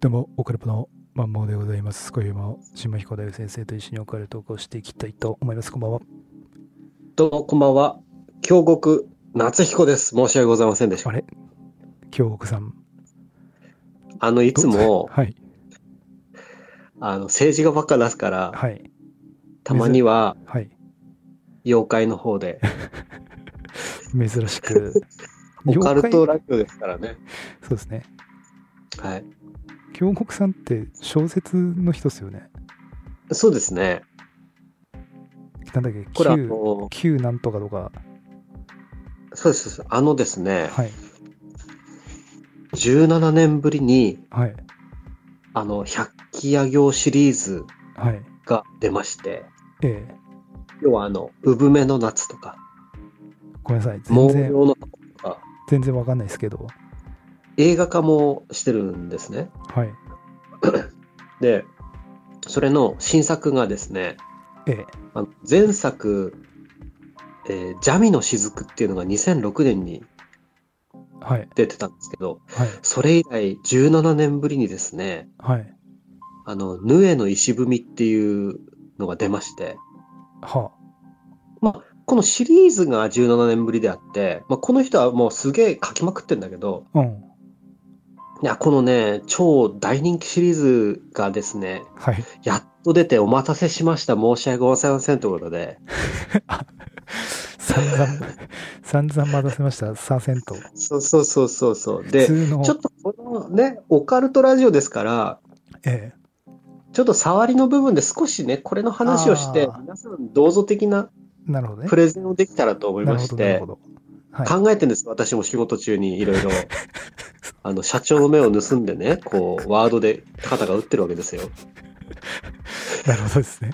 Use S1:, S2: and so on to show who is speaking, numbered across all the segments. S1: どうも、オカルポのまんまでございます。今夜も島彦大先生と一緒にオカルトークをしていきたいと思います。こんばんは。
S2: どうも、こんばんは。京極夏彦です。申し訳ございませんでし
S1: あ
S2: た。
S1: れ京極さん。
S2: あの、い
S1: い
S2: つも、
S1: はい。
S2: あの、政治がばっか出すから、
S1: はい。
S2: たまには、
S1: はい。
S2: 妖怪の方で、。
S1: 珍しく
S2: オカルト
S1: 妖怪
S2: ラジオですからね。
S1: そうですね。
S2: はい。
S1: 京極さんって小説の人ですよね。
S2: そうですね。
S1: なんだっけ
S2: これ、あ
S1: ?9、
S2: の、
S1: 旧なんとかとか。
S2: そうですそうです。あのですね、
S1: はい。
S2: 17年ぶりに、
S1: はい。
S2: あの、百鬼夜行シリーズ
S1: はい。
S2: が出まして、
S1: ええ
S2: 要は、あの、産めの夏とか、
S1: ごめんなさい。全
S2: 毛
S1: 然、
S2: 量の夏とか、
S1: 全然わかんないですけど。
S2: 映画化もしてるんですね。
S1: はい。
S2: で、それの新作がですね、
S1: ええ
S2: あの前作、えージャミの雫っていうのが2006年に
S1: はい。
S2: 出てたんですけど、
S1: はい。
S2: それ以来17年ぶりにですね、
S1: はい。
S2: あの、ヌエの石踏みっていうのが出まして、
S1: は
S2: このシリーズが17年ぶりであって、まあ、この人はもうすげえ書きまくってんだけど、
S1: あ。うん。
S2: いや、このね、超大人気シリーズがですね、
S1: はい。
S2: やっと出てお待たせしました、申し訳ございませんということで、
S1: 散々、散々待たせました、参戦と。
S2: そうそうそうそうそう。
S1: 普
S2: で、
S1: 通の、
S2: ちょっとこのね、オカルトラジオですから、
S1: ええ、
S2: ちょっと触りの部分で少しね、これの話をして
S1: あー、
S2: 皆さん、どうぞ的な
S1: なるほどね
S2: プ。レゼンをできたらと思い
S1: な
S2: ま
S1: るほど、
S2: し
S1: なる
S2: て
S1: ほ、ど。はい。
S2: 考えてるんです、私も仕事中にいろ いろ。あの、社長の目を盗んでね、こう、ワードで肩が打ってるわけですよ。
S1: なるほどですね。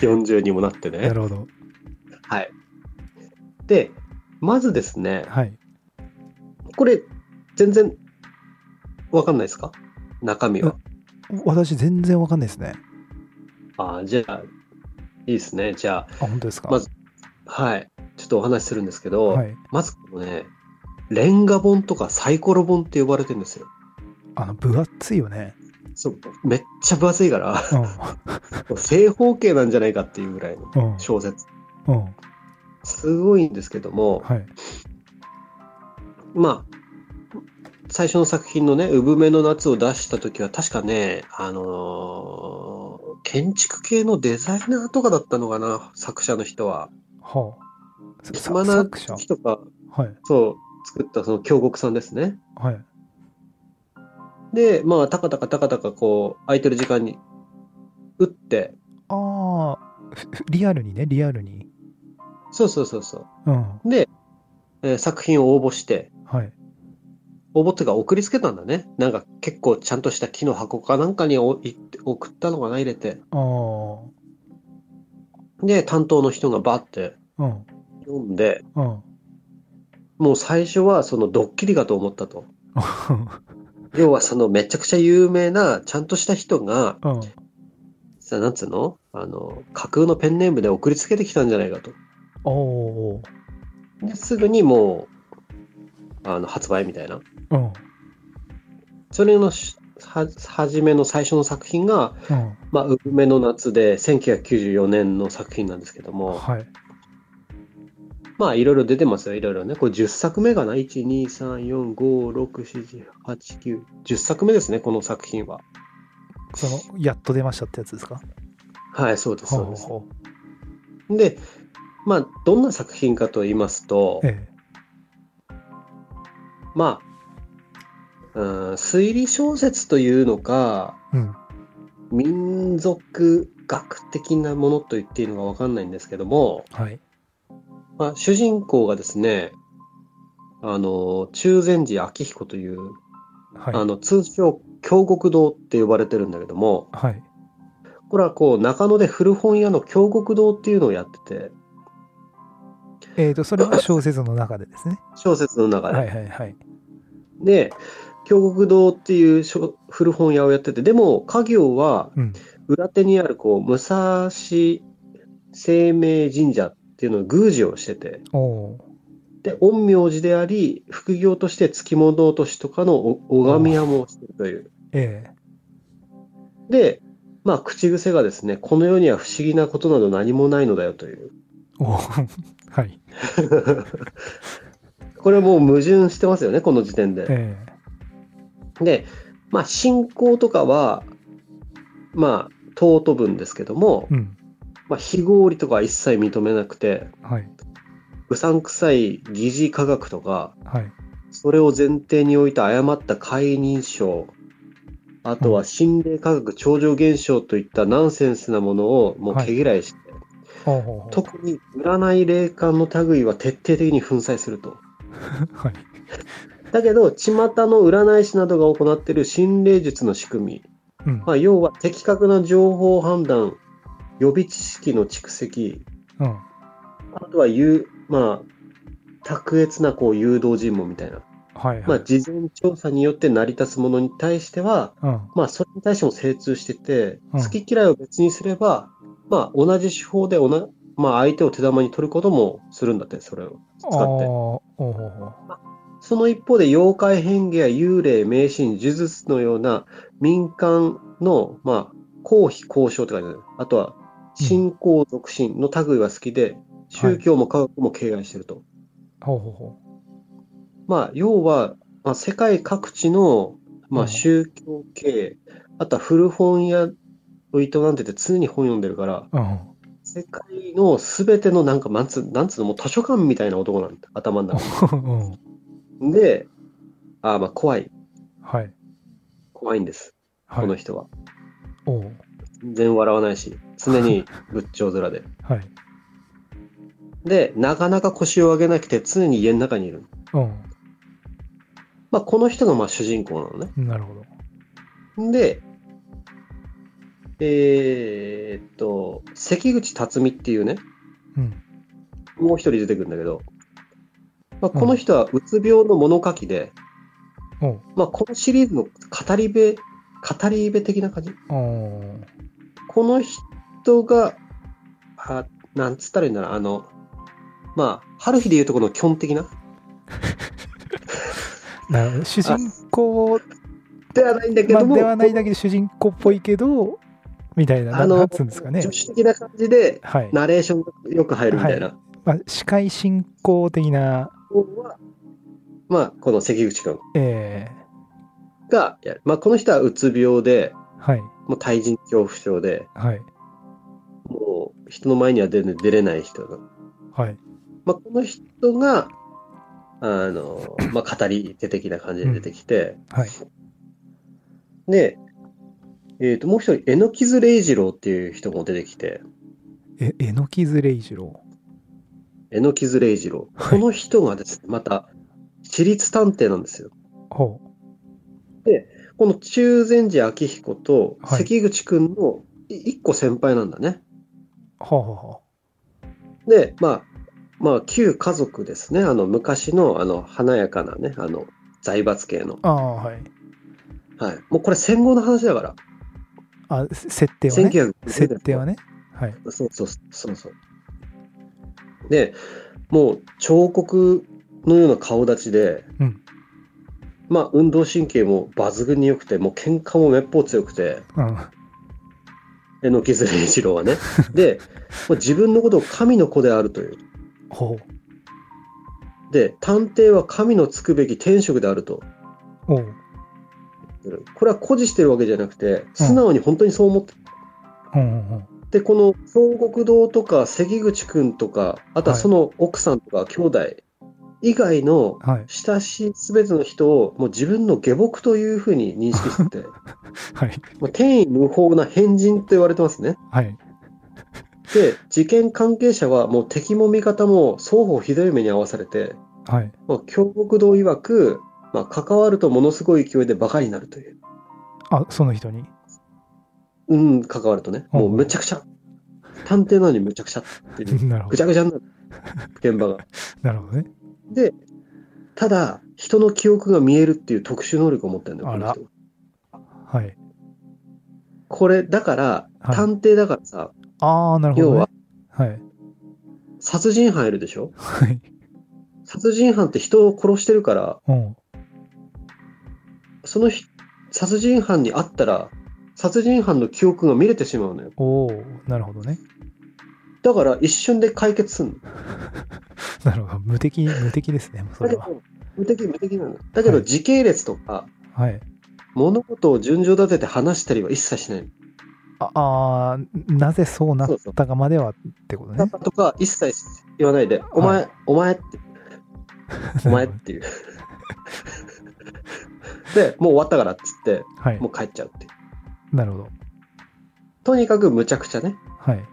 S2: 40にもなって
S1: な
S2: ね。
S1: るほど。
S2: はい。で、まずですね、
S1: はい。
S2: これ、全然、わかんないですか中身は。
S1: 私、全然わかんないですね。
S2: ああ、じゃあ、いいですね。じゃ
S1: あ、本当ですか。
S2: まずあ、はい。ちょっとお話しするんですけど、
S1: はい。
S2: まずこのね、レンガ本とかサイコロ本って呼ばれてるんですよ。
S1: あの、分厚いよね。
S2: そうめっちゃ分厚 いから、
S1: う
S2: 正方形なんじゃないかっていうぐらいの
S1: ん。うん。
S2: 小説。
S1: うん。
S2: すごいんですけども、
S1: はい。
S2: まあ、最初の作品のね、産めの夏を出した時は、確かね、あのー建築系のデザイナーとかだったのかな、作者の人は。
S1: はあ。さ
S2: 暇な
S1: 作者
S2: 時とか、
S1: はい。
S2: そう、作ったその京極さんですね。
S1: はい。
S2: で、まあ、たかたかたかたか、こう、空いてる時間に打って、
S1: ああ、ふふリアルにね、リアルに。
S2: そうそうそうそう。
S1: うん。
S2: で、えー作品を応募して、
S1: はい。
S2: 応募っていうか送りつけたんだね。なんか結構ちゃんとした木の箱かなんかにおい送ったのかな、入れて。
S1: ああ。
S2: で、担当の人がバーって
S1: うん。
S2: 読んで、
S1: うん。
S2: もう最初はそのドッキリかと思ったと。要はそのめちゃくちゃ有名な、ちゃんとした人が、
S1: うん。
S2: さなんつうのあの、架空のペンネームで送りつけてきたんじゃないかと。
S1: おー。
S2: ですぐにもう、あの、発売みたいな。
S1: うん。
S2: それのしは、初めの最初の作品が、
S1: うん。
S2: まあ、梅の夏で1994年の作品なんですけども、
S1: はい。
S2: まあいろいろ出てますよ、いろいろね。これ10作目かな ?1、2、3、4、5、6、7、8、9、10作目ですね、この作品は。
S1: その、やっと出ましたってやつですか
S2: はい、そうです、そうです。
S1: ほうほうほ
S2: で、まあどんな作品かと言いますと
S1: う、え
S2: まあ、うん、推理小説というのか、
S1: え。うん。
S2: 民族学的なものと言っていいのかわかんないんですけども、
S1: はい。
S2: まあ、主人公がですね、あの、中禅寺明彦という、
S1: はい。
S2: あの、通称、京極堂って呼ばれてるんだけども、
S1: はい。
S2: これはこう、中野で古本屋の京極堂っていうのをやってて、
S1: えっ、と、それは小説の中でですね。
S2: 小説の中で。
S1: はいはいはい。
S2: で、京極堂っていう小古本屋をやってて、でも、家業は
S1: うん。
S2: 裏手にあるこう、武蔵清明神社っていうのを宮司をしてて、
S1: おお
S2: で、陰陽師であり、副業として付き物落としとかのお拝み屋もしてるという。
S1: ー。ええ
S2: で、まあ、口癖がですね、この世には不思議なことなど何もないのだよという。
S1: お はい。
S2: これもう矛盾してますよね、この時点で。
S1: え
S2: で、まあ、信仰とかは、まあ、尊ぶんですけども
S1: え、うん。
S2: まあ、非合理とかは一切認めなくて、
S1: はい。
S2: うさんくさい疑似科学とか、
S1: はい。
S2: それを前提に置いた誤った解認証、あとは心霊科学、超常現象といったナンセンスなものをもう毛嫌いして、
S1: ほうほうほう
S2: 特に占い霊感の類は徹底的に粉砕すると。
S1: はい。
S2: だけど、巷の占い師などが行っている心霊術の仕組み、
S1: うん。
S2: まあ、要は的確な情報判断、予備知識の蓄積、
S1: うん。
S2: あとは言う、まあ、卓越なこう誘導尋問みたいな。
S1: はい。は
S2: まあ、
S1: い。
S2: 事前調査によって成り立つものに対しては、
S1: うん。
S2: まあ、それに対しても精通してて、
S1: うん
S2: 好き嫌いを別にすれば、まあ、同じ手法でおな、まあ、相手を手玉に取ることもするんだって、それを使
S1: ああー、
S2: って。
S1: ほうほうほう。
S2: その一方で、妖怪変化や幽霊、迷信、呪術のような民間の、まあ、公費交渉って書いてある。あとは、信仰属心の類は好きで、宗教も科学も敬愛してると。
S1: ほうほうほ
S2: まあ、要は、まあ、世界各地の、ま
S1: う
S2: あ、
S1: ん
S2: 宗教系、あとは古本屋を営んでて常に本読んでるから、
S1: う。うん。
S2: 世界のすべてのなんか、なんつなんつうの、もう図書館みたいな男なんだ、頭の中。
S1: うん。
S2: で、ああ、まあ、怖い。
S1: はい。
S2: 怖いんです、
S1: は
S2: この
S1: い。
S2: 人は。
S1: おう。
S2: 全然笑わないし、常に仏頂面で。
S1: はい。
S2: で、なかなか腰を上げなくて常に家の中にいる。
S1: う
S2: まあ、この人がまあ主人公なのね。
S1: ん。なるほど。
S2: で、えーっと、関口辰巳っていうね、
S1: うん。
S2: もう一人出てくるんだけど、まあ、この人はうつ病の物書きで、
S1: おう。
S2: まあ、このシリーズの語り部、語り部的な感じ。
S1: おう。
S2: この人が、あなんつったらいいんだろう、あの、まあ、春日でいうとこのキョン的な
S1: なるほど主人公
S2: ではないんだけ
S1: まあ
S2: ども、
S1: ではないだけで主人公っぽいけど、みたいな、な
S2: あの
S1: なんつうんですかね
S2: 女。子的な感じで、
S1: はい。
S2: ナレーションがよく入るみたいな。
S1: まあ、司会進行的な、
S2: はまあ、この関口君。
S1: え
S2: がやる。まあ、この人はうつ病で、
S1: ー、はい、
S2: もう対人恐怖症で、
S1: はい、
S2: もう人の前には出れ出れない人が。
S1: はい。
S2: まあ、この人が、あの、まあ、語り手的な感じで出てきて、
S1: はい。
S2: で、えっ、と、もう一人、榎木津礼二郎っていう人も出てきて、
S1: え、えのきずれいじろ
S2: 榎木津礼二郎。この人がですね、また、私立探偵なんですよ。
S1: う。ほ
S2: この中禅寺明彦と
S1: はい
S2: 関口くんのい一個先輩なんだね。
S1: う。ほうほうほ
S2: で、まあ、まあ、旧家族ですね。あの、昔の、あの、華やかなね、あの、財閥系の。
S1: う。ああ、はい。
S2: はい。もうこれ戦後の話だから。
S1: あ、せ設定はね。
S2: 1950年。
S1: 設定はね。はい。
S2: そうそうそうそう。で、もう彫刻のような顔立ちで、
S1: うん
S2: まあ、運動神経も抜群に良くて、もう喧嘩もめっぽう強くて、
S1: うん。
S2: 榎木鶴一郎はね。で、もう自分のことを神の子であるという。
S1: ほ
S2: で、探偵は神のつくべき天職であると。
S1: う。おう。
S2: これは誇示してるわけじゃなくて、素直に本当にそう思って、
S1: うんうんうん。
S2: で、この京極堂とか関口くんとか、あとは
S1: はい
S2: その奥さんとか兄弟以外の
S1: はい。
S2: 親しいすべての人をもう自分の下僕というふうに認識してて、
S1: はい。
S2: まあ、天意無法な変人と言われてますね。
S1: はい。
S2: で、事件関係者はもう敵も味方も双方ひどい目に遭わされて、
S1: はい。
S2: まあ、京極堂曰く、まあ、関わるとものすごい勢いで馬鹿になるという。
S1: あ、その人に。
S2: うん、関わるとね、もうむちゃくちゃ、探偵なのにむちゃくちゃっていう、
S1: なるほ
S2: ぐ
S1: ど
S2: ち。ゃぐちゃになる、現場が。
S1: なるほどね。
S2: で、ただ、人の記憶が見えるっていう特殊能力を持ってるんだよ、この
S1: あら
S2: 人。
S1: はい。
S2: これ、だから、
S1: はい
S2: 探偵だからさ、
S1: ああ、なるほ
S2: 要
S1: ど、ね
S2: は。、
S1: はい。
S2: 殺人犯いるでしょ
S1: はい。
S2: 殺人犯って人を殺してるから、
S1: うん。
S2: そのひ殺人犯に会ったら、殺人犯の記憶が見れてしまうのよ。
S1: おおなるほどね。
S2: だから一瞬で解決すんの。
S1: なるほど。無敵、無敵です ね、そ
S2: だ
S1: れ
S2: け
S1: は。
S2: ど、無敵、無敵なの。だけ
S1: は
S2: ど
S1: い
S2: 時系列とか、
S1: はい。
S2: 物事を順序立てて話したりは一切しない。
S1: ああー、なぜそうなったかまではってことね。
S2: とか一切言わないで、お前、お前って、お前っていう。 で、もう終わったからっつって、
S1: はい
S2: も。う帰っちゃうっていう。
S1: なるほど。
S2: とにかくむちゃくちゃね。
S1: はい。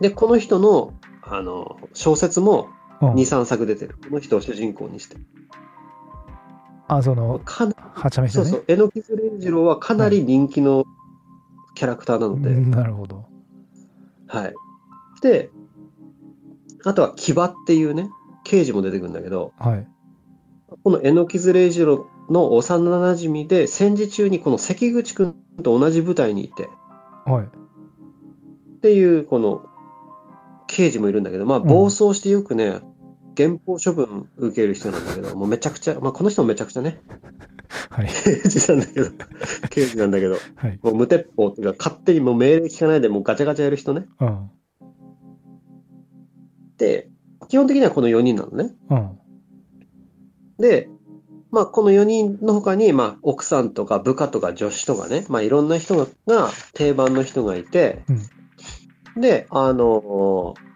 S2: で、この人の、あの、小説も
S1: う
S2: 2、
S1: ん、
S2: 3作出てる。この人を主人公にして。
S1: あ、その、
S2: かな
S1: はちゃめち
S2: そ
S1: ゃ
S2: う
S1: ね。
S2: そう、榎木鶴円次郎はかなり人気のキャラクターなので、
S1: なるほど。
S2: はい。で、あとは木場っていうね、刑事も出てくるんだけど、
S1: はい。
S2: この榎木鶴英二郎の幼なじみで、戦時中にこの関口くんと同じ部隊にいて、
S1: はい。
S2: っていう、この、刑事もいるんだけど、まあ、
S1: ん
S2: 暴走してよくね、減俸処分受ける人なんだけど、もうめちゃくちゃ、まあ、この人もめちゃくちゃね、
S1: はい。
S2: 刑事なんだけど、刑事なんだけど、
S1: はい。
S2: もう無鉄砲っていうか、勝手にもう命令聞かないで、もうガチャガチャやる人ね。
S1: うん。
S2: で、基本的にはこの4人なのね。
S1: うん。
S2: で、まあ、この4人の他に、まあ、奥さんとか部下とか女子とかね、まあ、いろんな人が、が定番の人がいて、で、あのー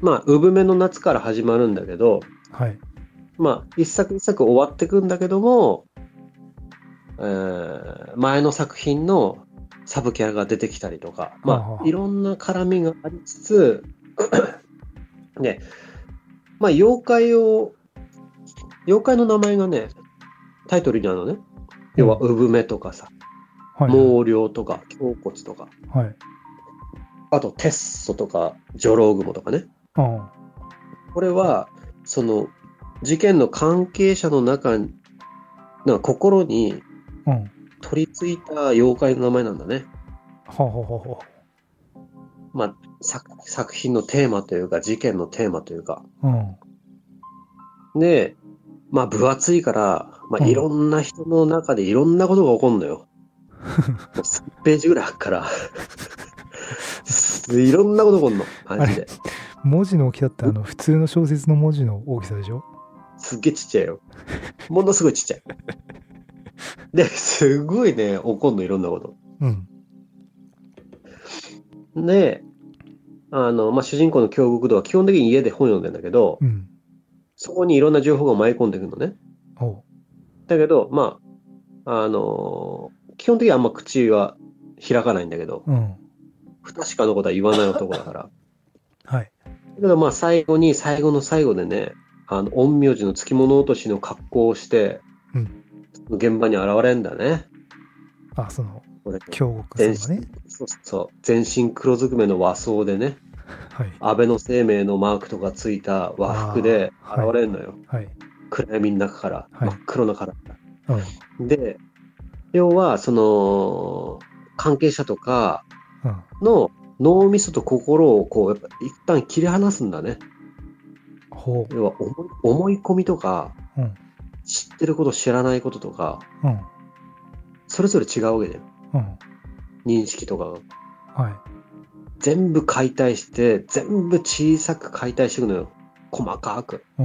S2: まあ、産めの夏から始まるんだけど、
S1: はい。
S2: まあ、一作一作終わってくんだけども、えー前の作品のサブキャラが出てきたりとか、
S1: はあ
S2: ま
S1: は
S2: あ、
S1: あ
S2: いろんな絡みがありつつ、 ね、まあ、妖怪を、妖怪の名前がね、タイトルにあるのね。要は、産めとかさ、
S1: はい。
S2: 毛量とか、胸骨とか、
S1: はい。
S2: あと、テッソとか、ジョロウグモとかね。
S1: うん。
S2: これは、その、事件の関係者の中に、なんか心に
S1: うん。
S2: 取り付いた妖怪の名前なんだね。
S1: ほうほうほうほ
S2: まあ、作作品のテーマというか、事件のテーマというか。
S1: う。うん。
S2: で、まあ、分厚いから、ま
S1: う
S2: あ、
S1: ん
S2: いろんな人の中でいろんなことが起こるの よ。もう3ページぐらいあるから。 いろんなこと起こるの、マジ
S1: あ
S2: で。
S1: 文字の大きさって、あの、普通の小説の文字の大きさでしょ
S2: すっげえちっちゃいよ。ものすごいちっちゃい。で、すごいね、怒んの、いろんなこと。
S1: うん。
S2: で、あの、まあ、主人公の京極道は基本的に家で本読んでんだけど、
S1: うん。
S2: そこにいろんな情報が舞い込んでくるのね。
S1: お
S2: だけど、まあ、あのー基本的にはあんま口は開かないんだけど、
S1: う。うん。
S2: 不確かなことは言わない男 だから。
S1: はい。
S2: だけど、まあ、最後に、最後の最後でね、あの、陰陽師の付き物落としの格好をして、
S1: うん
S2: 現場に現れんだね。
S1: あ、その、
S2: これ
S1: 京極さんがね。
S2: そうそう。全身黒ずくめの和装でね、
S1: はい。
S2: 安倍の生命のマークとかついた和服で
S1: あ
S2: 現
S1: ーはい
S2: れるのよ。
S1: はい。
S2: 暗闇の中から、
S1: はい
S2: 真っ黒なから。
S1: うん。
S2: で、要は、その、関係者とか
S1: うん。
S2: の脳みそと心をこう、やっぱ一旦切り離すんだね。
S1: ほ
S2: 要は思い、思い込みとか、
S1: うん
S2: 知ってること知らないこととか、
S1: う。うん。
S2: それぞれ違うわけだよ。
S1: うん。
S2: 認識とかが。
S1: はい。
S2: 全部解体して、全部小さく解体していくのよ。細かく。
S1: う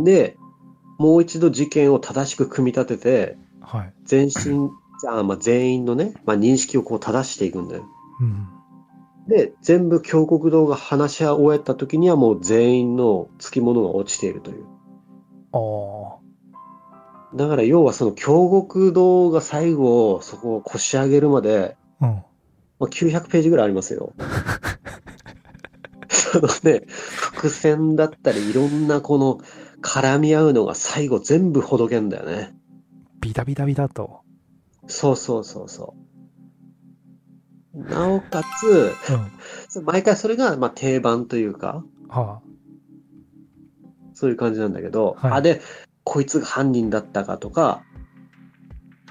S1: ん。
S2: で、もう一度事件を正しく組み立てて、
S1: はい。
S2: 全身、あまあ、全員のね、まあ、認識をこう正していくんだよ。
S1: うん。
S2: で、全部峡谷堂が話し終えた時にはもう全員の付き物が落ちているという。
S1: ああ。
S2: だから要はその峡谷堂が最後、そこを腰上げるまで、
S1: うん。
S2: まあ、900ページぐらいありますよ。そのね、伏線だったりいろんなこの絡み合うのが最後全部ほどけんだよね。
S1: ビタビタビタと。
S2: そうそうそうそう。なおかつ、
S1: うん。
S2: 毎回それがまあ定番というか、
S1: は
S2: そういう感じなんだけど、
S1: はい
S2: あ、で、こいつが犯人だったかとか、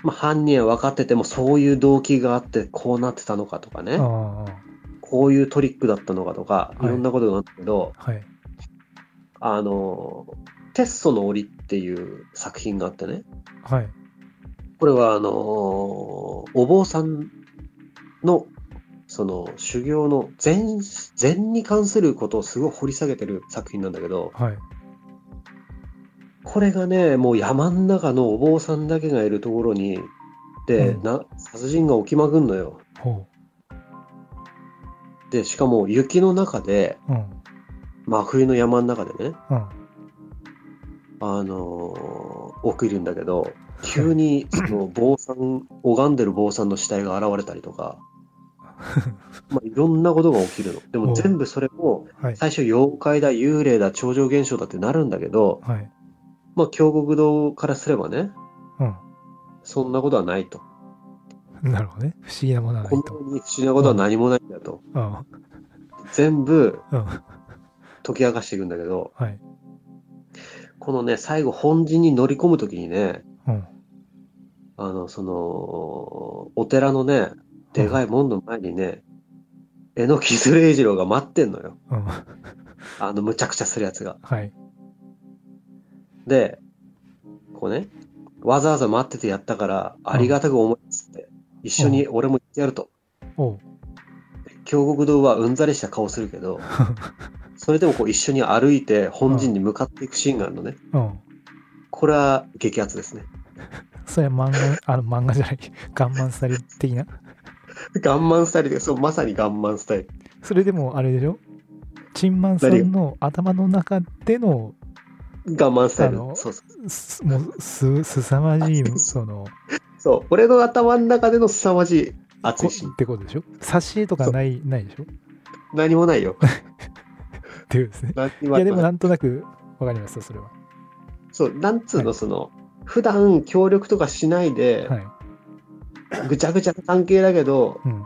S2: まあ、犯人は分かってても、そういう動機があって、こうなってたのかとか
S1: あ。
S2: ね、
S1: ああ。
S2: こういうトリックだったのかとか、
S1: はい
S2: いろんなことがあったけど、
S1: はい。
S2: あの、テッソの檻っていう作品があってね、
S1: はい。
S2: これは、あのーお坊さんの、その、修行の禅、禅に関することをすごい掘り下げてる作品なんだけど、
S1: はい。
S2: これがね、もう山ん中のお坊さんだけがいるところに、で、
S1: うん
S2: な、殺人が起きまくんのよ。
S1: ほ
S2: で、しかも雪の中で、
S1: う。うん。
S2: 真冬の山の中でね、
S1: うん。
S2: あのー起きるんだけど、急にその坊さん、拝んでる坊さんの死体が現れたりと か、まあ、いろんなことが起きるの。で
S1: お
S2: も
S1: う
S2: 全部それも、
S1: はい。
S2: 最初妖怪だ、幽霊だ、超常現象だってなるんだけど、
S1: はい。
S2: まあ、京極堂からすればね、
S1: う
S2: そんなことはないと。
S1: ん。なるほどね。不思議なものはな
S2: こん
S1: い
S2: な
S1: と。
S2: に不思議なことは何もないんだと。
S1: うん。
S2: 全部
S1: うん。
S2: 解き明かしていくんだけど、
S1: はい。
S2: このね、最後本陣に乗り込むときにね、
S1: うん。
S2: あの、その、お寺のね、でかい門の前にね、えのきずれいじろうが待ってんのよ。
S1: うん。
S2: あの、むちゃくちゃするやつが。
S1: はい。
S2: で、こうね、わざわざ待っててやったから、ありがたく思いますって、一緒に俺も行ってやると。
S1: おう。
S2: 京極堂はうんざりした顔するけど、それでもこう一緒に歩いて本陣に向かっていくシーンがあるのね。
S1: うん。
S2: これは激アツですね。
S1: それは漫画、あの漫画じゃない。 ガンマンスタイル的な。
S2: ガンマンスタイルで、そう、まさにガンマンスタイル。
S1: それでもあれでしょチンマンさんの頭の中での
S2: ガンマンスタイル
S1: あ。の
S2: そうそう。
S1: すもうすすさまじいその
S2: そう、俺の頭の中での凄まじい熱
S1: こ
S2: いシーン
S1: っ。てことでしょ挿絵とかないないでしょっ
S2: 何もない よ。
S1: ていうですね
S2: 何に
S1: い
S2: もあ
S1: や
S2: っ
S1: で
S2: てない
S1: もなんとなくわかりましたそれは
S2: そう、なんつう
S1: は
S2: の、
S1: い
S2: その、普段協力とかしないで、
S1: はい
S2: ぐちゃぐちゃな関係だけど、
S1: うん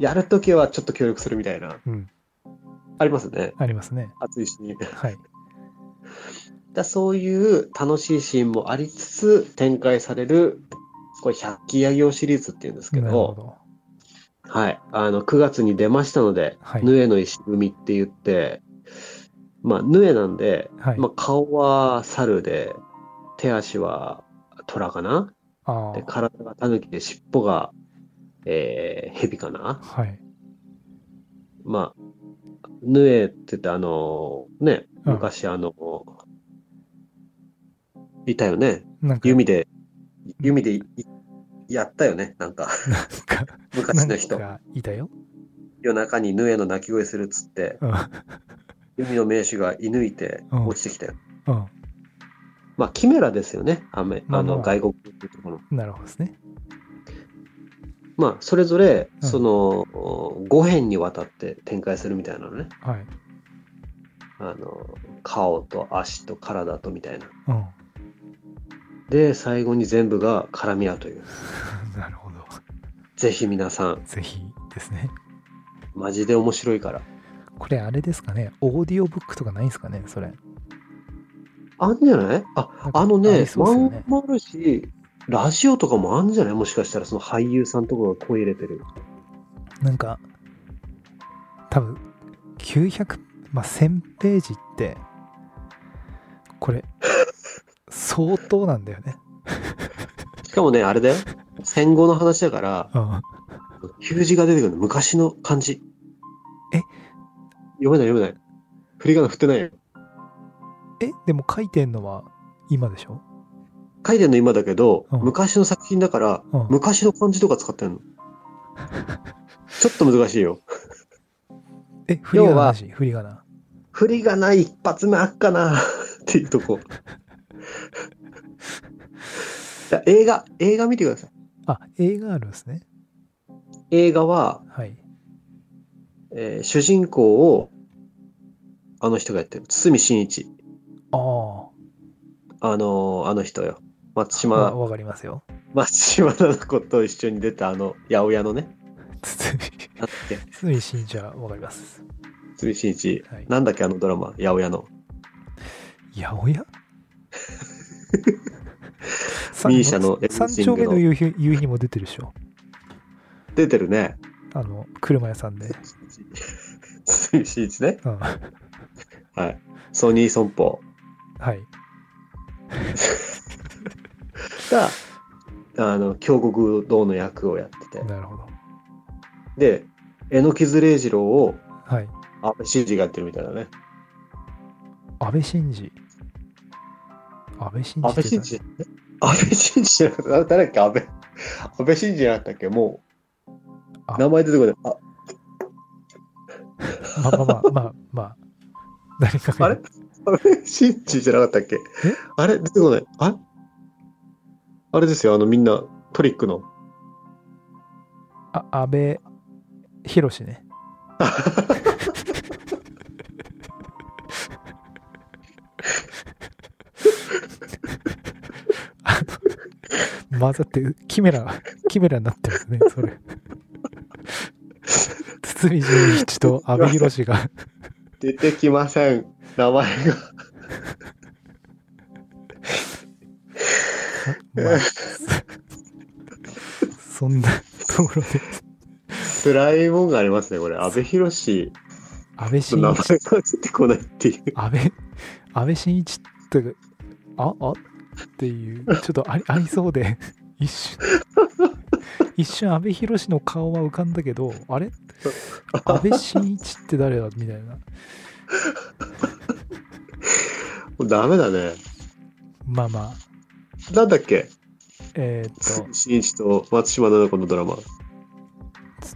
S2: やるときはちょっと協力するみたいな、
S1: うん
S2: ありますね。
S1: ありますね
S2: 熱いシーン。
S1: はい
S2: だそういう楽しいシーンもありつつ、展開される、これ、百鬼夜行シリーズっていうんですけ
S1: なるほ
S2: ど、
S1: ど
S2: はい。あの、9月に出ましたので、
S1: はい
S2: ヌエの石組みって言って、まあ、ヌエなんで、
S1: はい、
S2: まあ、顔は猿で、手足は虎かな
S1: あ
S2: で
S1: ー
S2: 体がタヌキで尻尾が、えー、蛇かな
S1: はい
S2: まあ、ヌエって言ってあのーね、
S1: うん
S2: 昔あのいたよね。
S1: なんか
S2: 弓で、弓でいやったよね。 なんか、
S1: なんかな
S2: 昔の
S1: ん
S2: 人。
S1: かいたよ、
S2: 夜中にヌエの鳴き声するっつって、
S1: うん
S2: 弓の名手が射抜いて
S1: うん
S2: 落ちてきたよ。
S1: うん、
S2: まあ、キメラですよね。あめ
S1: まあ
S2: あ
S1: まあ
S2: の、外国っていうところの。
S1: なるほどですね
S2: まあ、それぞれ、
S1: うん
S2: その、5編にわたって展開するみたいなのね。
S1: はい
S2: あの、顔と足と体とみたいな。
S1: う
S2: で、最後に全部が絡み合うという。
S1: ん なるほど
S2: ぜひ皆さん、
S1: ぜひですね
S2: マジで面白いから。
S1: これあれですかねオーディオブックとかないんですかねそれ
S2: あんじゃないあ、
S1: なんか
S2: あのね
S1: り、そうですよ
S2: 漫
S1: ね
S2: 画もあるし、ラジオとかもあんじゃないもしかしたらその俳優さんとかが声入れてる。
S1: なんか多分900、まあ、1000ページってこれ相当なんだよね。
S2: しかもね、あれだよ。戦後の話だから、
S1: うん、
S2: 旧字が出てくるの。昔の漢字。
S1: え
S2: 読めない読めない。振り仮名振ってないよ。
S1: えでも書いてんのは今でしょ
S2: 書いてんの今だけど、
S1: うん
S2: 昔の作品だから、
S1: うん
S2: 昔の漢字とか使って んの。ちょっと難しいよ。
S1: え振り仮
S2: 要
S1: 名
S2: は
S1: だし振り仮名。
S2: 振りがない一発目あっ かなっていうとこ。だ映画、映画見てください。
S1: あ映画あるんですね。
S2: 映画は、
S1: はい。
S2: えー主人公を、あの人がやってる。堤真一。
S1: ああ、
S2: あのーあの人よ。松
S1: わ
S2: 島、
S1: わかりますよ。
S2: 松島菜々子と一緒に出たあの、八百屋のね。
S1: 堤
S2: なんだっけ
S1: 堤真一はわかります。
S2: 堤真一。
S1: はい
S2: なんだっけあのドラマ、八百屋の。
S1: 八百屋三
S2: ミーシャのエブリ
S1: 三
S2: シン
S1: 丁
S2: グ
S1: 目
S2: の
S1: の夕日夕日にも出てるでしょ。
S2: 出てるね。
S1: あの車屋さんで。
S2: 堤真一ね。
S1: うん、は
S2: はい。ソニー損保
S1: い。
S2: が、あの、京極道の役をやってて。
S1: なるほど。
S2: で、榎木ズレ次郎を
S1: はい。
S2: 安倍晋二がやってるみたいなね。
S1: 安倍晋二。安倍晋二
S2: 安
S1: って
S2: 倍
S1: 言
S2: 晋
S1: って
S2: 二安倍晋二じゃなかった。誰だっけ安倍。安倍晋二じゃなかったっけも
S1: あ
S2: う、名前出てこない。あ
S1: たまあまあまあまあまあ。誰かが
S2: あれ安倍晋二じゃなかったっけあれ出てこない。ああれですよ、あの、みんなトリック の。
S1: あ安倍博士ね。 あの混ざってキメラキメラになってますねそれ 堤純一と阿部寛が
S2: 出てきません。名前が。
S1: まあ、そんなところ で
S2: 辛いもんがありますね、これ。安倍博士
S1: 安倍
S2: の
S1: 晋
S2: 名
S1: 一
S2: 前が出てこないっていう。
S1: 安倍安倍晋一ってああっていうちょっとありありそうで 一瞬一瞬安倍博の顔は浮かんだけどあれ安倍晋一って誰だみたいな
S2: もうダメだね。
S1: まあまあ
S2: なんだっけ
S1: えっ、ー、と
S2: 新一と松島菜々子のドラマ。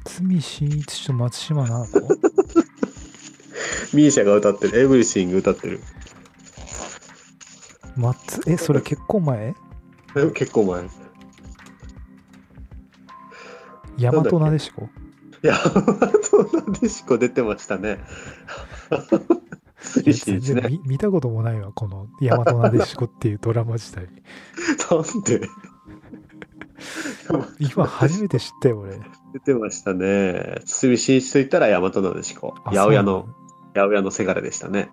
S1: 堤真一と松島菜々子
S2: ミーシャが歌ってる。エブリシング歌ってる。
S1: 松えそれ結構前
S2: え結構前。い
S1: 大和なでしこ
S2: や、そうなんでしこ出てましたね。
S1: いや
S2: 推
S1: 全
S2: 進一
S1: 然
S2: ね。
S1: 見見たこともないわこの「大和なでしこ」っていうドラマ自体
S2: なんで
S1: 今初めて知ったよ俺
S2: 出てましたね。堤真一と言ったら大和なでしこ。
S1: あ
S2: 八百屋
S1: そう
S2: の、八百屋のせがれでしたね。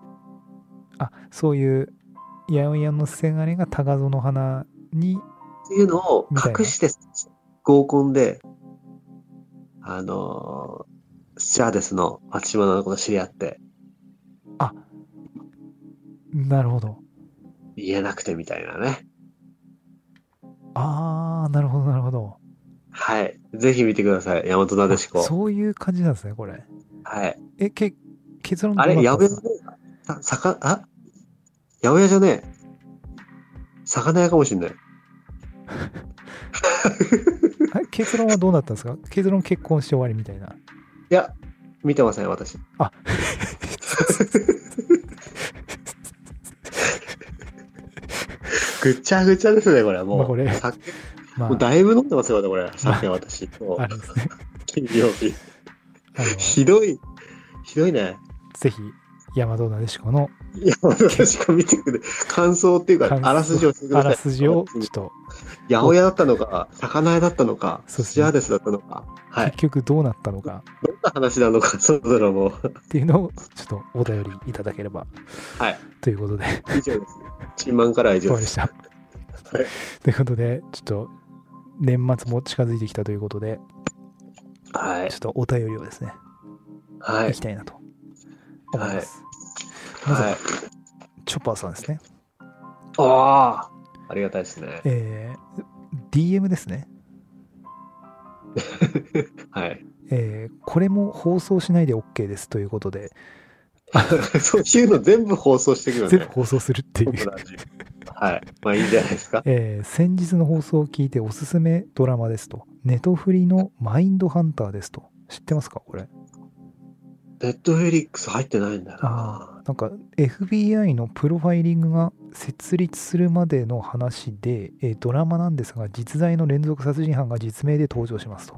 S1: あそういう八百屋のせがれが高園花に
S2: っていうのを
S1: みたいな
S2: 隠して合コンで、あのー、シャーデスの松島菜々子と知り合って、
S1: なるほど
S2: 言えなくてみたいなね。
S1: あーなるほどなるほど
S2: はい。ぜひ見てください。大和なでしこ。
S1: そういう感じなんですねこれ
S2: はい。
S1: えけ結論ど
S2: あ
S1: うな
S2: れ、
S1: った
S2: や
S1: んで
S2: べ
S1: すか
S2: あ、さか、あ八百屋じゃねえ。魚屋かもしんない。
S1: はい結論はどうなったんですか結論結婚して終わりみたいない
S2: や、見てません、私。
S1: あ
S2: ぐちゃぐちゃですね、これはもう。
S1: まあこれ
S2: さ
S1: ま
S2: もう
S1: あ
S2: だいぶ飲んでますよ、これ。酒私と
S1: あれですね
S2: 金曜日。
S1: あの
S2: ひどい。ひどいね。
S1: ぜひ大和なでしこの
S2: いや、私か見てくれ。感想っていうか、
S1: 感想
S2: あらすじをしてくだ
S1: あ
S2: さい。
S1: らすじをちょっと
S2: 八百屋だったのか、魚屋だったのか、
S1: そうですね
S2: スジャーデスだったのか、はい
S1: 結。局どうなったのか
S2: どんな話なのか、そろそろもう。
S1: っていうのをちょっとお便りいただければ
S2: はい。
S1: ということで
S2: 以上です。チンマンからは以
S1: 終
S2: 上
S1: わりで
S2: で。
S1: すした。ということで、ちょっと年末も近づいてきたということで、
S2: はい
S1: ちょ。っとお便りをですね、
S2: はいい
S1: き。たいなと思います。まず
S2: はい。
S1: チョッパーさんですね。
S2: ああ。ありがたいですね。
S1: えー DM ですね、
S2: はい。
S1: えーこれも放送しないで OK ですということで、
S2: そういうの全部放送してくるよ
S1: 全部
S2: ね。
S1: 放送するっていう
S2: 僕。ら味はい。まあいいんじゃないですか。
S1: えー先日の放送を聞いておすすめドラマですと、ネトフリのマインドハンターですと、知ってますかこれ。
S2: ネットフェリックス入ってないんだ
S1: あ
S2: な。
S1: なんか FBI のプロファイリングが設立するまでの話で、えードラマなんですが実在の連続殺人犯が実名で登場しますと、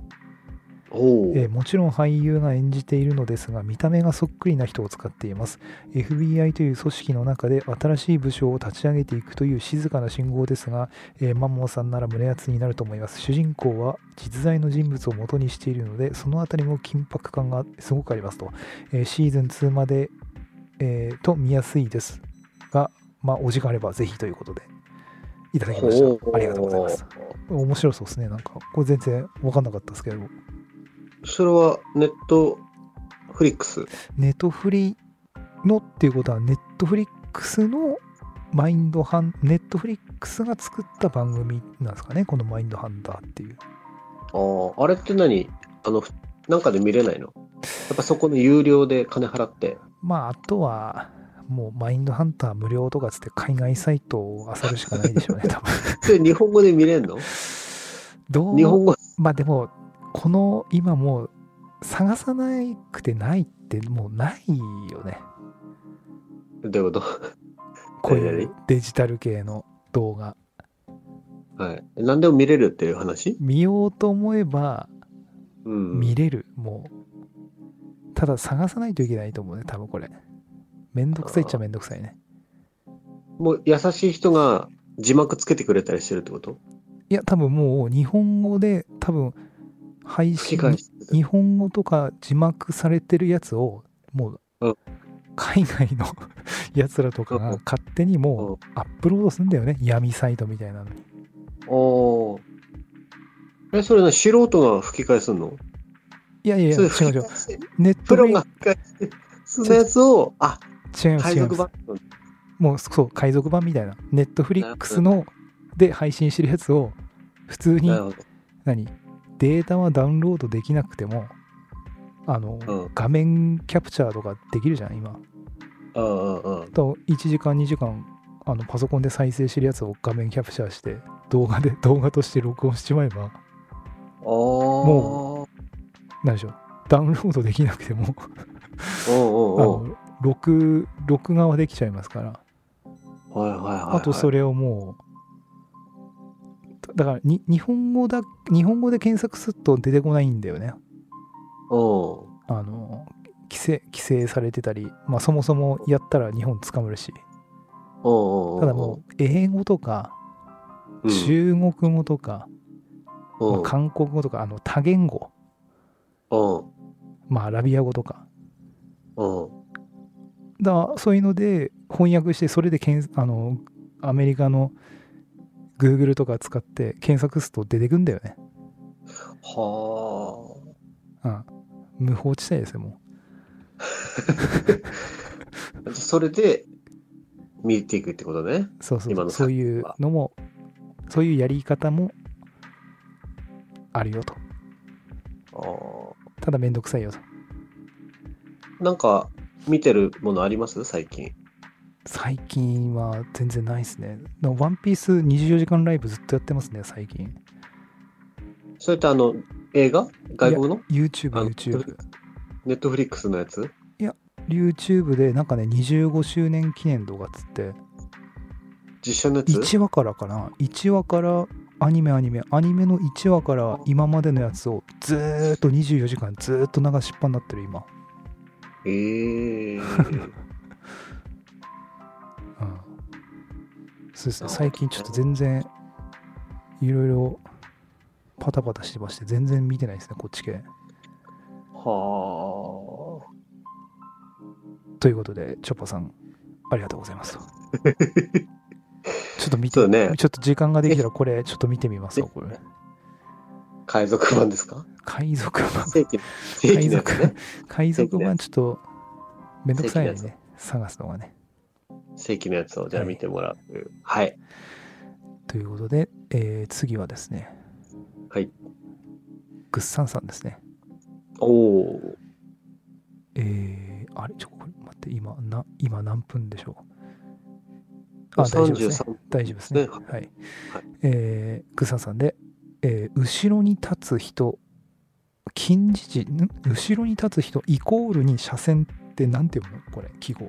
S2: おお。
S1: えーもちろん俳優が演じているのですが見た目がそっくりな人を使っています FBI という組織の中で新しい部署を立ち上げていくという静かな信号ですが、えーマンモーさんなら胸熱になると思います主人公は実在の人物を元にしているのでそのあたりも緊迫感がすごくありますと、えーシーズン2まで、えーと見やすいですが、まあ、お時間あればぜひということでいただきま
S2: お
S1: し
S2: ー
S1: たありがとうございます面白そうですねなんかこれ全然分かんなかったですけど
S2: それはネットフリックス。
S1: ネトフリのっていうことは、ネットフリックスのマインドハン、ネットフリックスが作った番組なんですかね、このマインドハンターっていう。
S2: ああ、あれって何あの、ふなんかで見れないのやっぱそこの有料で金払って。
S1: まあ、あとは、もうマインドハンター無料とかつって海外サイトを漁るしかないでし ょうね、多分。
S2: で、日本語で見れんの
S1: どう
S2: 日本語、
S1: まあでも、この今もう探さなくてないってもうないよね。
S2: どういうこ
S1: こう
S2: え
S1: い
S2: ー
S1: うデジタル系の動画。
S2: とはい。何でも見れるっていう話
S1: 見ようと思えば
S2: うん。
S1: 見れる、もう。ただ探さないといけないと思うね、多分これ。めんどくさいっちゃめんどくさいね。
S2: もう優しい人が字幕つけてくれたりしてるってこと
S1: いや、多分もう日本語で多分配
S2: 吹
S1: 信
S2: き返してくれ
S1: 日本語とか字幕されてるやつをも
S2: う
S1: うん海外の やつらとか
S2: う
S1: が
S2: ん
S1: 勝手にもうアップロードするんだよね闇サイトみたいなのに
S2: た。おーえ、それな、素人が吹き返すの
S1: いやいやいや
S2: そ
S1: 違
S2: れ
S1: う違う
S2: 吹き返して
S1: ネット
S2: プロ
S1: に
S2: が吹き返して、そのやつを、あ、
S1: 違います
S2: 海
S1: 違います
S2: 賊版の
S1: もうそう海賊版みたいなネットフリックスので配信してるやつを普通に
S2: なるほ
S1: 何データはダウンロードできなくてもあの、
S2: うん
S1: 画面キャプチャーとかできるじゃん今
S2: ど。うんうんうん。
S1: と1時間2時間あのパソコンで再生してるやつを画面キャプチャーして動画で 動画として録音しちまえば
S2: も
S1: 何でしょうダウンロードできなくても
S2: う、お
S1: あ
S2: うおうおう
S1: の録録画はできちゃいますから
S2: はいはいはいはい。
S1: あとそれをもうだからに日本語だ日本語で検索すると出てこないんだよね
S2: おう
S1: あの規制規制されてたり、まあ、そもそもやったら日本捕まるし
S2: おうおうおう
S1: ただもう英語とか
S2: うん、
S1: 中国語とか、まあ
S2: うん
S1: 韓国語とかあの多言語、
S2: うん
S1: まあ、アラビア語とか
S2: うん
S1: だからそういうので翻訳してそれでけんあのアメリカの Google とか使って検索すると出てくんだよね、
S2: は
S1: うん、無法地帯ですよも
S2: あ。それで、見ていくってことね。
S1: うそうそ
S2: 今の
S1: うそういうのもそういうやり方もあるよと
S2: ああ
S1: ただめんどくさいよと
S2: なんか、見てるものあります最近。
S1: 最近は全然ないですねでもワンピース24時間ライブずっとやってますね最近
S2: それってあの、映画外国の
S1: YouTubeYouTube
S2: あのネットフリックスのやつ
S1: YouTube でなんかね25周年記念動画っつって
S2: 実写のやつ
S1: 1話からかな1話からアニメアニメアニメの1話から今までのやつをずーっと24時間ずーっと流しっぱになってる今、
S2: ええ
S1: う
S2: ー。
S1: ん、そうですね
S2: なるほど
S1: 最近ちょっと全然いろいろパタパタしてまして全然見てないですねこっち系
S2: はあ。
S1: ということでチョッパさんありがとうございますちょっと見て
S2: そうだね
S1: ちょっと時間ができたらこれちょっと見てみますわこれ
S2: 海賊版ですか
S1: 海賊版
S2: 正 規の。正規のやつね。
S1: 海賊版ちょっとめんどくさいよ
S2: 正規
S1: ね探すのがね
S2: 正規のやつをじゃあ見てもらう。はい。
S1: ということで、えー次はですね、
S2: はい。
S1: ぐっさんさんですね。
S2: おお。
S1: えーあれ、ちょ、これ待って、今、な今何分でしょうあ、大丈夫ですね。
S2: 33
S1: 大丈夫ですね。
S2: ね
S1: はい。
S2: はい
S1: えーぐっさんさんで、えー後ろに立つ人、近似値、ん後ろに立つ人、イコールに車線ってなんて読むのこれ、記号。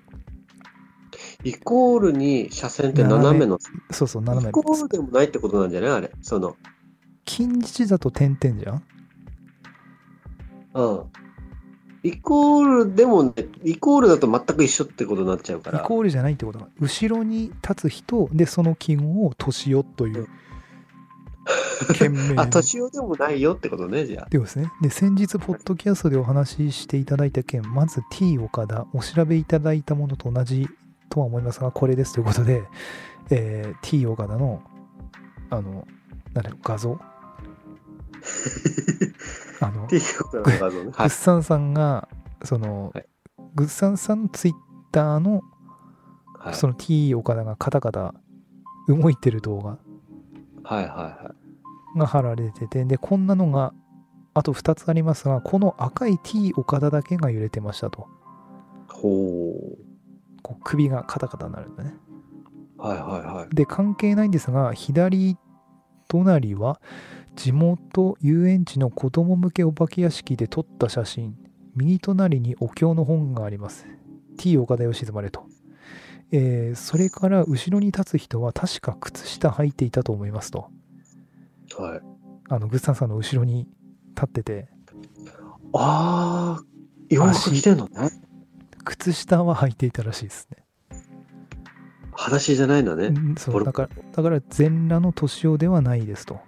S2: イコールに斜線って斜めの。
S1: そうそう、斜め
S2: イコールでもないってことなんじゃないあれ。その。
S1: 近似値だと点々じゃん
S2: うん。イコールでも、ね、イコールだと全く一緒ってことになっちゃうか
S1: イ
S2: ら。
S1: コールじゃないってことか後ろに立つ人でその記号を年よというう懸命に
S2: あ、年寄りでもないよってことね、じゃ
S1: でですねで先日ポッドキャストでお話ししていただいた件まず T 岡田お調べいただいたものと同じとは思いますがこれですということで、えー T 岡田のあのなんだろう画 像あの
S2: あ。っていうことなの かぞね。
S1: グ
S2: は
S1: ッ
S2: い。
S1: サンさんがその、
S2: はい
S1: グッサンさんのツイッターの
S2: はい。
S1: その T 岡田がカタカタ動いてる動画
S2: はいはいは
S1: が貼られててでこんなのがあと2つありますがこの赤い T 岡田だけが揺れてましたと
S2: い。ほ
S1: こう首がカタカタになるんだね
S2: う。はいはいはい。
S1: で関係ないんですが左隣は地元遊園地の子供向けお化け屋敷で撮った写真右隣にお経の本があります T 岡田よしずまれと、えーそれから後ろに立つ人は確か靴下履いていたと思いますと
S2: はい。
S1: あのグッサンさんの後ろに立ってて
S2: ああ、洋服着てんのね。
S1: 靴下は履いていたらしいですね
S2: 裸足じゃないんだね。
S1: うんそ
S2: ボ
S1: う
S2: ロ
S1: だからだから全裸の年をではないですと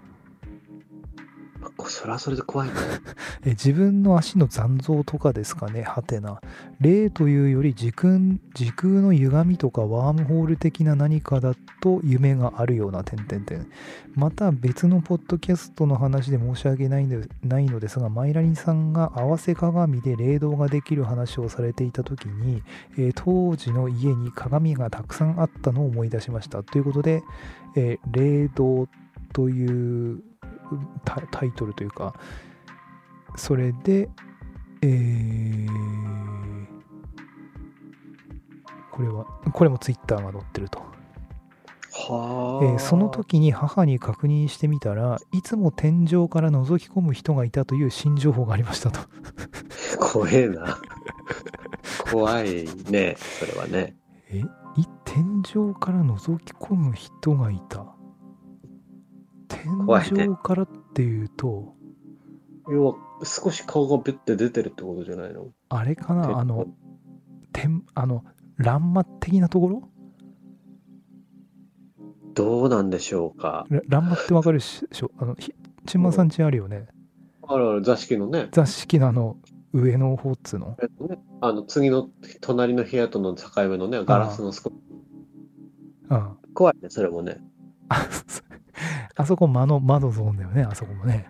S2: まあそれはそれで怖いね。
S1: え自分の足の残像とかですかねはてな霊というより時空時空の歪みとかワームホール的な何かだと夢があるような点々点また別のポッドキャストの話で申し訳ないのないのですがマイラニさんが合わせ鏡で霊道ができる話をされていた時に、えー当時の家に鏡がたくさんあったのを思い出しましたということで、えー霊道というタタイトルというかそれで、えーこれは、これもツイッターが載ってると。
S2: は
S1: え
S2: あ、
S1: ーその。時に母に確認してみたら、いつも天井から覗き込む人がいたという新情報がありましたと。
S2: 怖えな。怖いね、それはね。
S1: えい天井から覗き込む人がいた。
S2: 怖いね
S1: 天井からっていうと、
S2: 要は、少し顔がビュッて出てるってことじゃないの
S1: あれかな、あの、天、あの、欄間的なところ
S2: どうなんでしょうか。
S1: ら欄間ってわかるし、しょあの、ひちんまさんちあるよね。
S2: あるある、座敷のね。
S1: 座敷のあの上の方っつうの
S2: えっとねあの次の隣の部屋との境目のね、ガラスの少し
S1: うん
S2: 怖いね、それもね。
S1: あそあそこ間の窓ゾーンだよねあそこもね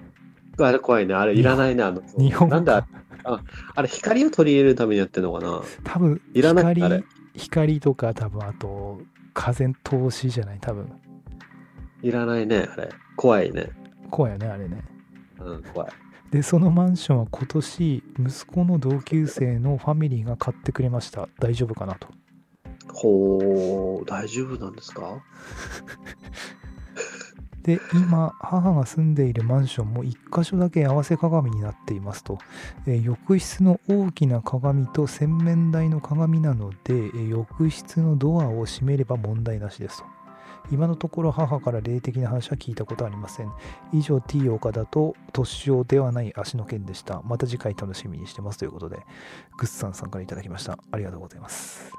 S2: あれ怖いね、あれいらないね、あの。
S1: 日本
S2: なんだ
S1: か、
S2: あれ光を取り入れるためにやってるのかな。
S1: 多分
S2: いらない
S1: 光
S2: あれ
S1: 光とか多分あと風通しじゃない多分
S2: いらないね、あれ。怖いね。
S1: 怖いよねあれね
S2: うん、怖い。
S1: でそのマンションは今年息子の同級生のファミリーが買ってくれました大丈夫かなと
S2: ほう、大丈夫なんですか
S1: で今母が住んでいるマンションも1箇所だけ合わせ鏡になっていますと、えー浴室の大きな鏡と洗面台の鏡なので、えー浴室のドアを閉めれば問題なしですと今のところ母から霊的な話は聞いたことはありません以上 T 岡田と年をではない足の件でしたまた次回楽しみにしてますということでグッサンさんからいただきましたありがとうございます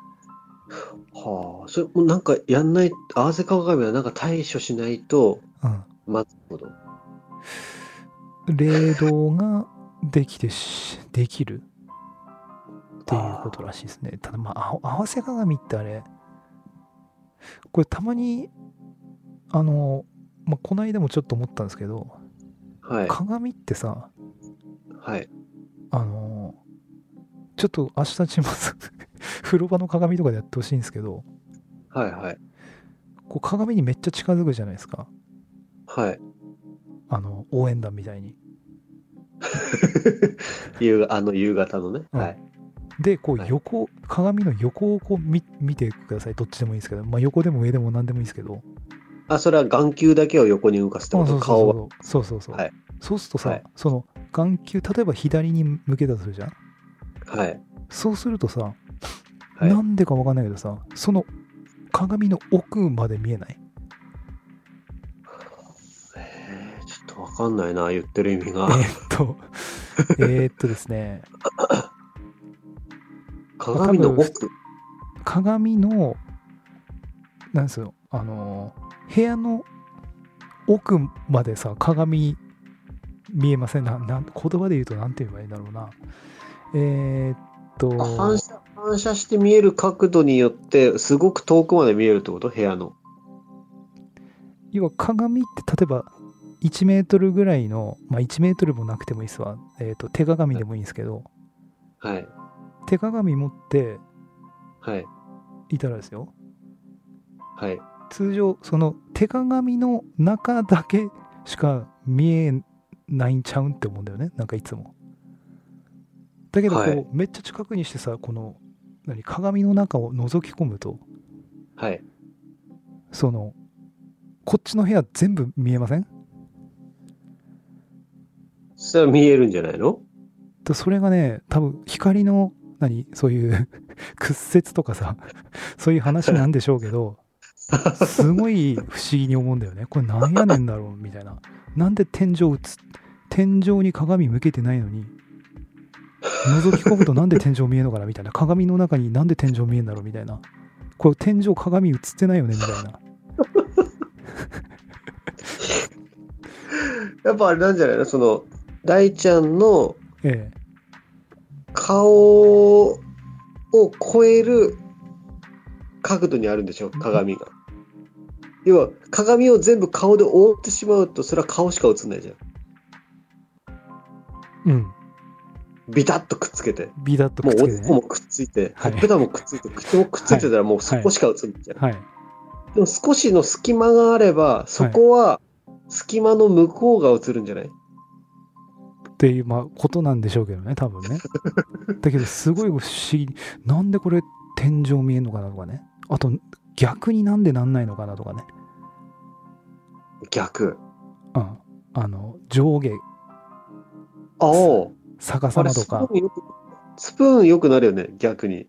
S2: はあ、それもなんかやんない、合わせ鏡はなんか対処しないと、
S1: うん
S2: まずいこと。
S1: 霊道ができてしできるっていうことらしいですね。ただまああ合わせ鏡ってあれこれたまにあの、まあ、この間もちょっと思ったんですけど
S2: はい。
S1: 鏡ってさ
S2: はい。
S1: あのちょっと明日ちます 風呂場の鏡とかでやってほしいんですけど
S2: はいはい。
S1: こう鏡にめっちゃ近づくじゃないですか
S2: はい。
S1: あの応援団みたいに。
S2: 夕があの夕方のね。
S1: うん
S2: はい。
S1: でこう
S2: はい
S1: 横、鏡の横をこう見見てくださいどっちでもいいですけど、まあ、横でも上でも何でもいいですけど
S2: あ、それは眼球だけを横に動かすって
S1: そ
S2: こ
S1: うそ
S2: と
S1: う
S2: 顔は。
S1: そうそうそうそう、
S2: はい
S1: そうするとさ、
S2: はい
S1: その眼球例えば左に向けたとするじゃん
S2: はい。
S1: そうするとさ、
S2: はい
S1: なんでか分かんないけどさその鏡の奥まで見えない
S2: えーちょっとわかんないな、言ってる意味
S1: え
S2: が。
S1: ーっ とえーっとですね
S2: 鏡の奥。
S1: 鏡のなんですよあの部屋の奥までさ鏡見えませんななん言葉で言うと何て言えばいいんだろうなえーっと
S2: あ反射反射して見える角度によって、すごく遠くまで見えるってこと部屋の。
S1: 要は鏡って例えば1メートルぐらいの、まあ、1メートルもなくてもいいですわ、えーっと手鏡でもいいんですけど
S2: はい。
S1: 手鏡持って
S2: はい。
S1: いたらですよ
S2: はい。
S1: 通常その手鏡の中だけしか見えないんちゃうんって思うんだよねなんかいつもだけどこう、
S2: はい
S1: めっちゃ近くにしてさこの何鏡の中を覗き込むと
S2: はい。
S1: そのこっちの部屋全部見えません
S2: そしたら見えるんじゃないの
S1: とそれがね多分光の何そういう 屈折とかさそういう話なんでしょうけどすごい不思議に思うんだよねこれなんやねんだろうみたいななんで天井映天井に鏡向けてないのに覗き込むとなんで天井見えるのかなみたいな鏡の中になんで天井見えるんだろうみたいなこれ天井鏡映ってないよねみたいな
S2: やっぱあれなんじゃないのその、大ちゃんの
S1: ええ
S2: 顔を超える角度にあるんでしょ鏡が。要は、鏡を全部顔で覆ってしまうと、それは顔しか映んないじゃん。
S1: うん
S2: ビタッとくっつけて。
S1: ビタッとく
S2: も
S1: っ
S2: う
S1: つ
S2: お
S1: け
S2: で
S1: てね
S2: こもくっついて、
S1: はい
S2: ほっぺたもくっついて、口もくっついてたらもうそこしか映んないじゃん。
S1: はい
S2: でも少しの隙間があれば、そこは隙間の向こうが映るんじゃない
S1: っていう、まあ、ことなんでしょうけどね、多分ね。だけど、すごい不思議に、なんでこれ天井見えんのかなとかね。あと、逆になんでなんないのかなとかね。
S2: 逆。
S1: うん。あの、上下、
S2: ああ。
S1: 逆
S2: あ
S1: さ
S2: れ
S1: まと
S2: スプ
S1: か
S2: ー、ンよく、スプーンよくなるよね、逆に。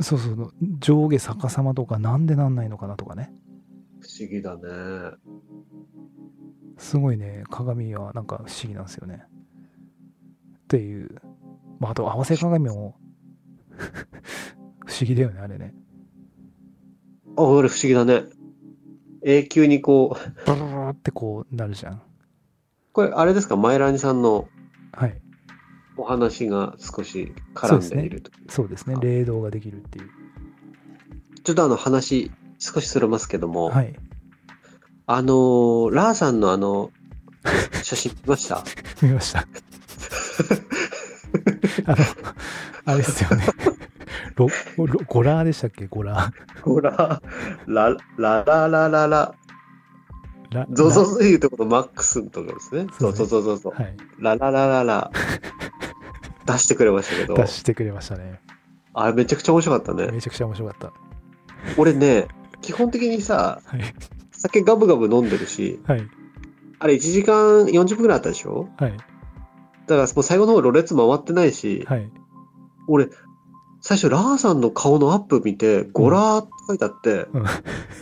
S1: そうそう、上下逆さまとか、なんでなんないのかなとかね。
S2: 不思議だね。
S1: すごいね、鏡はなんか不思議なんですよね。っていう。まあ、あと、合わせ鏡も、 不思議だよね、あれね。
S2: あ、俺不思議だね。永久にこう、
S1: バラバラってこうなるじゃん。
S2: これあれですか、マイラニさんの
S1: はい。
S2: お話が少し絡んでいると。
S1: そうですね。
S2: あ
S1: 冷凍ができるっていう。
S2: ちょっとあの話、少しそれますけども、
S1: はい。
S2: あのーラーさんのあの、写真見ました
S1: 見ました。 あの、あれですよね。 ロロゴラーでしたっけゴラー。
S2: ほら、ラ、ラララララ、
S1: ラ
S2: ゾゾ
S1: ラ
S2: ゾいうところマックスのところですね。
S1: そう
S2: ゾ
S1: ね
S2: ゾゾゾゾ。
S1: はい。
S2: ラララ ララ。出してくれましたけど
S1: 出、してくれましたね。
S2: あれめちゃくちゃ面白かったね。
S1: めちゃくちゃ面白かっ
S2: 俺ね、基本的にさ、
S1: た。はい。
S2: 酒ガブガブ飲んでるし、
S1: はい。
S2: あれ1時間40分くらいあったでしょ
S1: はい。
S2: だからもう最後の方ろれつ回ってないし、
S1: はい。
S2: 俺、最初ラーさんの顔のアップ見て、ゴラーって書いてあって、
S1: うん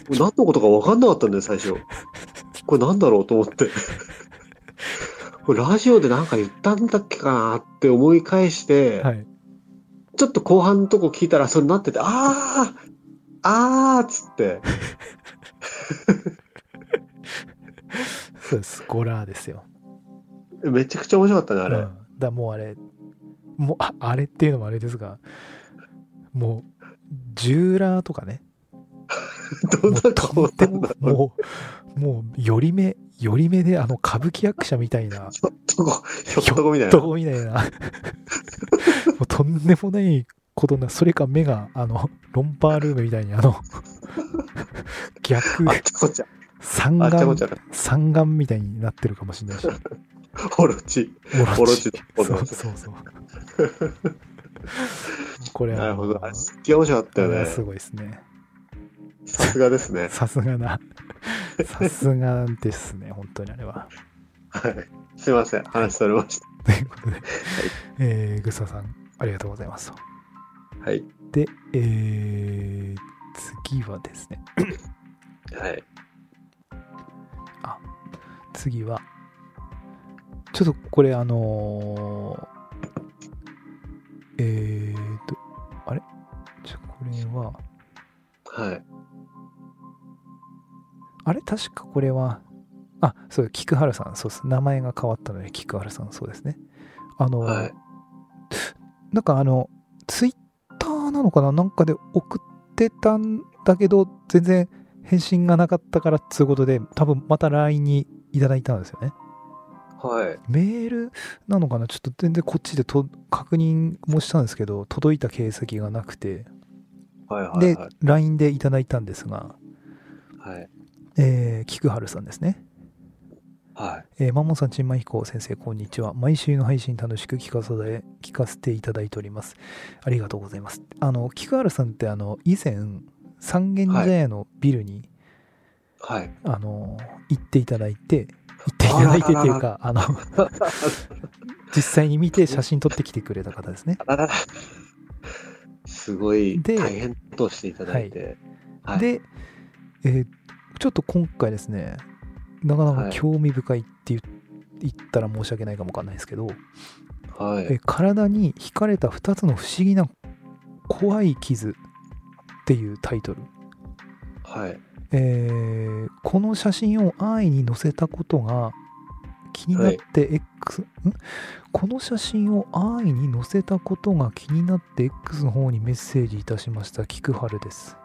S2: 俺何のことか分かんなかったんだよ、最初。これ何だろうと思 って。これラジオでなんか言ったんだっけかなって思い返して、
S1: はい。
S2: ちょっと後半のとこ聞いたらそれなってて、あーあーっつって、
S1: そうです。ゴラーですよ。
S2: めちゃくちゃ面白かったね、
S1: あ
S2: あれ。
S1: うん、だもうあれ、もうあ、あれっていうのもあれですが、もう、ジューラーとかね。
S2: どん
S1: も
S2: な
S1: う
S2: 顔
S1: と
S2: だ
S1: っ
S2: った
S1: て
S2: ん
S1: も
S2: だろう
S1: もう、もう、より目、より目で、あの、歌舞伎役者みたいな、
S2: ひょっとこ、ひょっとこみたいな。
S1: どうみたい な、もうとんでもないことな、それか目が、あの、ロンパールームみたいに、あの、逆
S2: あ、っちゃこっちゃ。
S1: 三
S2: あっちゃこっち
S1: 眼、
S2: ゃ。
S1: 三眼みたいになってるかもしれ ないし、
S2: オロチ。
S1: オ
S2: オ
S1: ロ
S2: ロ
S1: チ
S2: チ。
S1: そうそうそう。 これ
S2: なるほど。あ
S1: あ
S2: れ、すっげえ面白かったよ
S1: の
S2: ね。
S1: すごいですね。
S2: さすがですね。
S1: さすがな。さすがですね、本当にあれは。
S2: はい。すいません。話それました。
S1: ということで、えー、グサさん、ありがとうございます。
S2: はい。
S1: で、えー、次はですね、
S2: はい。
S1: 次は、ちょっとこれ、あのー、えーと、あれちょ、これは、
S2: はい。
S1: あれ確かこれは、あ、そう、菊原さん、そうです。名前が変わったので、菊原さん、そうですね。あのー、
S2: はい。
S1: なんかあの、ツイッターなのかななんかで送ってたんだけど、全然返信がなかったからっつうことで、多分また LINE にいただいたんですよね。
S2: はい。
S1: メールなのかなちょっと全然こっちでと確認もしたんですけど、届いた形跡がなくて、
S2: はいはい
S1: で
S2: はい。、
S1: LINE でいただいたんですが、
S2: はい。
S1: えー、菊春さんですね。
S2: はい。
S1: えーマンモさん、ちんまひこ先生、こんにちは。毎週の配信楽しく聞かさせ聞かせていただいております。ありがとうございます。あの、菊原さんって、あの、以前、三軒茶屋のビルに、
S2: はい。
S1: あの、行っていただいて、行っていただいてっていうか、あ の、実際に見て写真撮ってきてくれた方ですね。
S2: あらら。すごい
S1: で
S2: 大変としていただいて。はい。
S1: で、えーちょっと今回ですね、なかなか興味深いって言っ言ったら申し訳ないかもわかんないですけど、
S2: は
S1: え
S2: い。
S1: 体に惹かれた2つの不思議な怖い傷っていうタイトル、
S2: はい。
S1: えーこの写真を安易に載せたことが気になって X、んこの写真を安易に載せたことが気になって X の方にメッセージいたしました菊春です、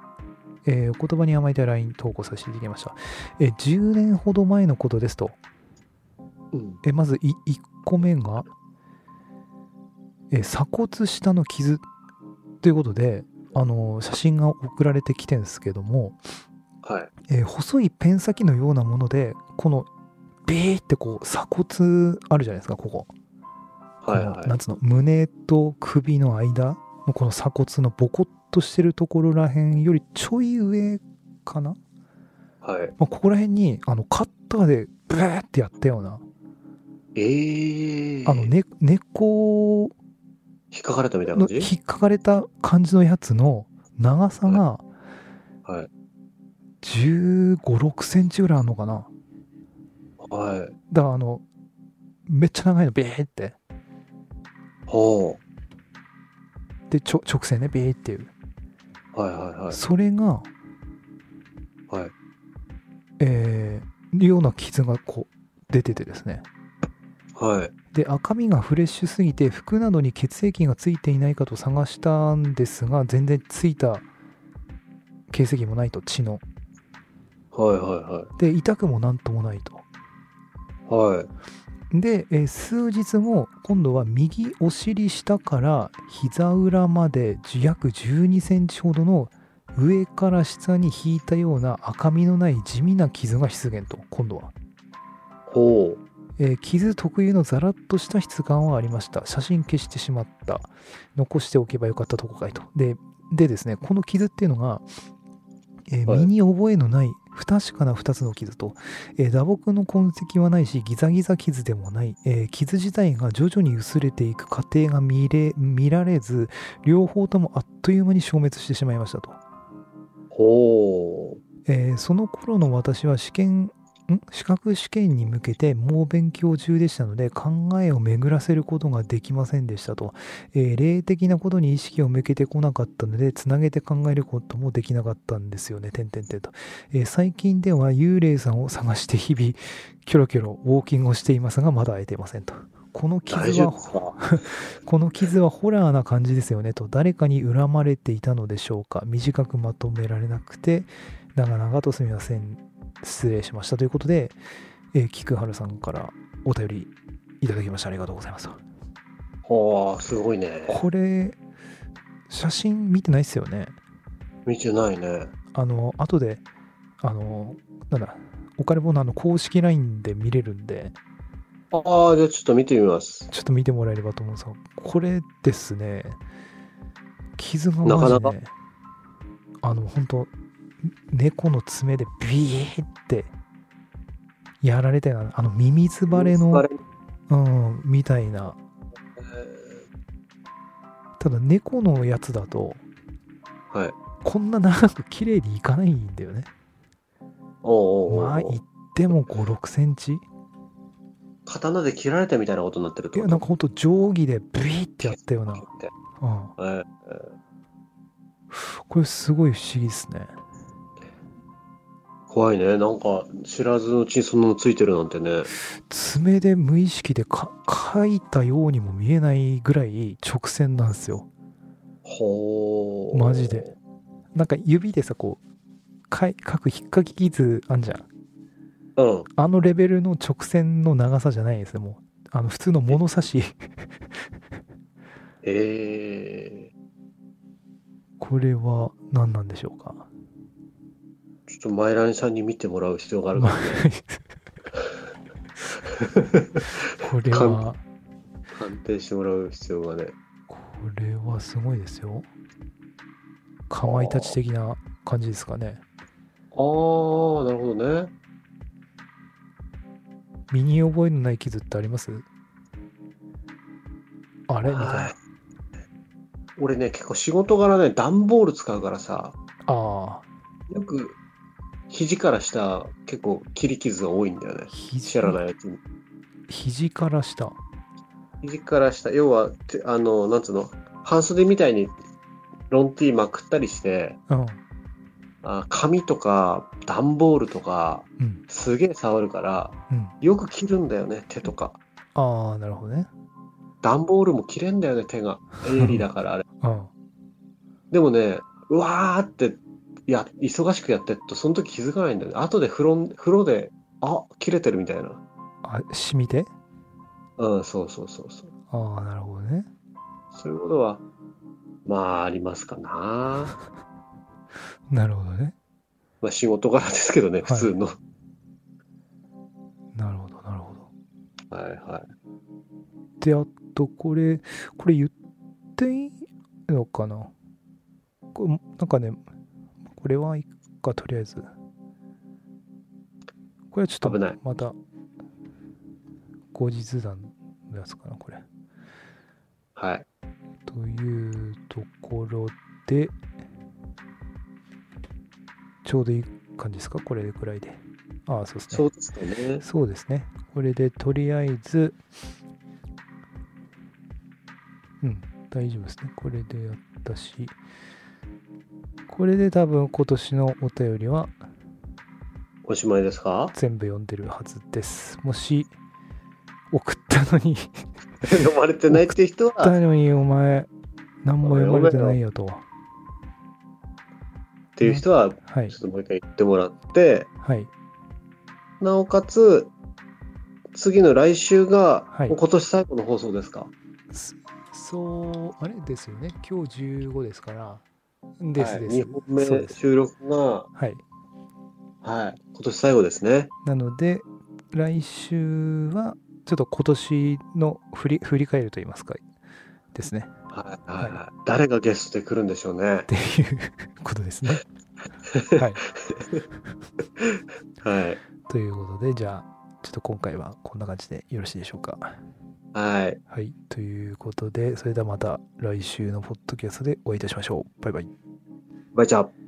S1: えーお言葉に甘えて LINE 投稿させていただきました、えー10年ほど前のことですと
S2: うん。
S1: えまず1個目がえ鎖骨下の傷ということであの写真が送られてきてるんですけども、
S2: はい。
S1: え細いペン先のようなものでこのビーってこう鎖骨あるじゃないですかここ、
S2: はい。
S1: こ
S2: は
S1: の
S2: い
S1: なん。つうの胸と首の間のこの鎖骨のボコッとしてるところらへんよりちょい上かな、
S2: はい。
S1: まあ、ここら辺にあのカッターでブーってやったような
S2: ええー。
S1: あの、ね根っこ
S2: 引っかかれたみたいな
S1: の
S2: 感じ
S1: 引っかかれた感じのやつの長さが
S2: はい。
S1: 1 5 6センチぐらいあるのかな
S2: はい。
S1: だからあのめっちゃ長いのビーって
S2: ほ
S1: でちょ直線ねビーっていう、
S2: う。はいはいはい。
S1: それが
S2: はい
S1: えー、ような傷がこう出ててですね
S2: はい。
S1: で赤みがフレッシュすぎて服などに血液がついていないかと探したんですが全然ついた形跡もないと血の
S2: はいは
S1: で痛くもなんともないと
S2: いはい。はい。
S1: で、えー数日後今度は右お尻下から膝裏までじ約1 2センチほどの上から下に引いたような赤みのない地味な傷が出現と今度は、
S2: ほう。
S1: えー傷特有のザラッとした質感はありました写真消してしまった残しておけばよかったとこかいとででですねこの傷っていうのが、えー
S2: はい
S1: 身に覚えのない不確かな2つの傷と、えー打撲の痕跡はないしギザギザ傷でもない、えー傷自体が徐々に薄れていく過程が見れ見られず両方ともあっという間に消滅してしまいましたと、
S2: ほ
S1: えーその頃の私は試験ん資格試験に向けて猛勉強中でしたので考えを巡らせることができませんでしたと、えー霊的なことに意識を向けてこなかったのでつなげて考えることもできなかったんですよね点々点と、えー最近では幽霊さんを探して日々キョロキョロウォーキングをしていますがまだ会えていませんとこの
S2: う。大
S1: 傷
S2: 丈夫
S1: は
S2: ですか
S1: この傷はホラーな感じですよねと誰かに恨まれていたのでしょうか短くまとめられなくて長々とすみません失礼しましたということで、えー、菊春さんからお便りいただきましたありがとうございます
S2: ほう、すごいね。
S1: これ写真見てないっすよね
S2: 見てないね。
S1: あの後であのなんだオカルボーナーの公式 LINE で見れるんで
S2: ああ、じゃあちょっと見てみます。
S1: ちょっと見てもらえればと思うんですがこれですね傷が
S2: な
S1: マ
S2: か
S1: ジ
S2: な
S1: で
S2: か
S1: ねあの本当猫の爪でビーってやられたようなあのミミズバレ
S2: バ
S1: の、
S2: レ
S1: うん、みたいな
S2: え
S1: ただ猫のやつだと
S2: ーはい。
S1: こんな長く綺麗にいかないんだよね
S2: おうおうおうおう
S1: まあいっても56センチ
S2: 刀で切られたみたいなことになってる
S1: い
S2: ってこ
S1: や
S2: と
S1: なんかほんと定規でビーってやったような、うん、
S2: えー
S1: これすごい不思議ですね
S2: 怖いね。なんか、知らずのうちにそんなのついてるなんてね。
S1: 爪で無意識でか書いたようにも見えないぐらい直線なんですよ
S2: ほう。
S1: マジで。なんか指でさこうかい書く引っかき傷あんじゃん
S2: うん。
S1: あのレベルの直線の長さじゃないですねもうあの普通の物差し
S2: ええ
S1: これは何なんでしょうか
S2: ちょっとマイラニさんに見てもらう必要があるかもね。
S1: これは、
S2: 判定してもらう必要がね。
S1: これはすごいですよ。かまいたち的な感じですかね。
S2: あー、なるほどね。
S1: 身に覚えのない傷ってありますあれみたい
S2: は。
S1: ない
S2: 俺ね、結構仕事柄ね、段ボール使うからさ、
S1: ああ、
S2: よく肘から下、結構切り傷が多いんだよね。
S1: 肘
S2: 知らないうちに。
S1: 肘から下。
S2: 肘から下、要は、てあの、なんつうの、半袖みたいにロンティーまくったりして、
S1: うん。
S2: あ紙とか段ボールとか、
S1: うん。
S2: すげえ触るから、
S1: うん。
S2: よく切るんだよね、手とか。
S1: ああ、なるほどね。
S2: 段ボールも切れんだよね、手が。鋭利だから、あれ。
S1: うん。
S2: でもね、うわーって、や、忙しくやってっと、その時気づかないんだよね。後で風呂ん、風呂で、あ、切れてるみたいな。
S1: あ、染みて
S2: うん、そうそうそうそう。
S1: ああ、なるほどね。
S2: そういうことは、まあ、ありますかな。
S1: なるほどね。
S2: まあ、仕事柄ですけどね、
S1: はい
S2: 普通の。は
S1: なるほど、なるほど。
S2: い、はい。
S1: で、あと、これ、これ言っていいのかなこれなんかね、これはいいか、とりあえず。これはちょっと、
S2: 危ない
S1: また、後日談のやつかな、これ。
S2: はい。
S1: というところで、ちょうどいい感じですかこれくらいで。ああ、そうですね。
S2: そうですかね。
S1: そうですね。これでとりあえず、うん、大丈夫ですね。これでやったし、これで多分今年のお便りは
S2: おしまいですか
S1: 全部読んでるはずです。もし、送ったのに、送
S2: 読まれてないって 人
S1: った
S2: は、
S1: のにお前、何も読まれてないよと。
S2: っていう人は、ち
S1: はい
S2: ょっ、ともう一回言ってもらって、
S1: はい、
S2: なおかつ、次の来週が、
S1: はい
S2: もう今年最後の放送ですか
S1: そそう、あれですよね。今日15ですから。ですです。
S2: は
S1: そう
S2: い、2本
S1: で
S2: 目
S1: す
S2: 収録が、
S1: はい。
S2: はい、今年最後ですね。
S1: なので、来週は、ちょっと今年の振り振り返ると言いますか、ですね。
S2: はいはいはい、誰がゲストで来るんでしょうね
S1: っ。ていうことですね。はい。
S2: はい、
S1: ということで、じゃあ、ちょっと今回はこんな感じでよろしいでしょうか。
S2: はい、
S1: はい。ということで、それではまた来週のポッドキャストでお会いいたしましょう。バイバイ。
S2: バイチャー。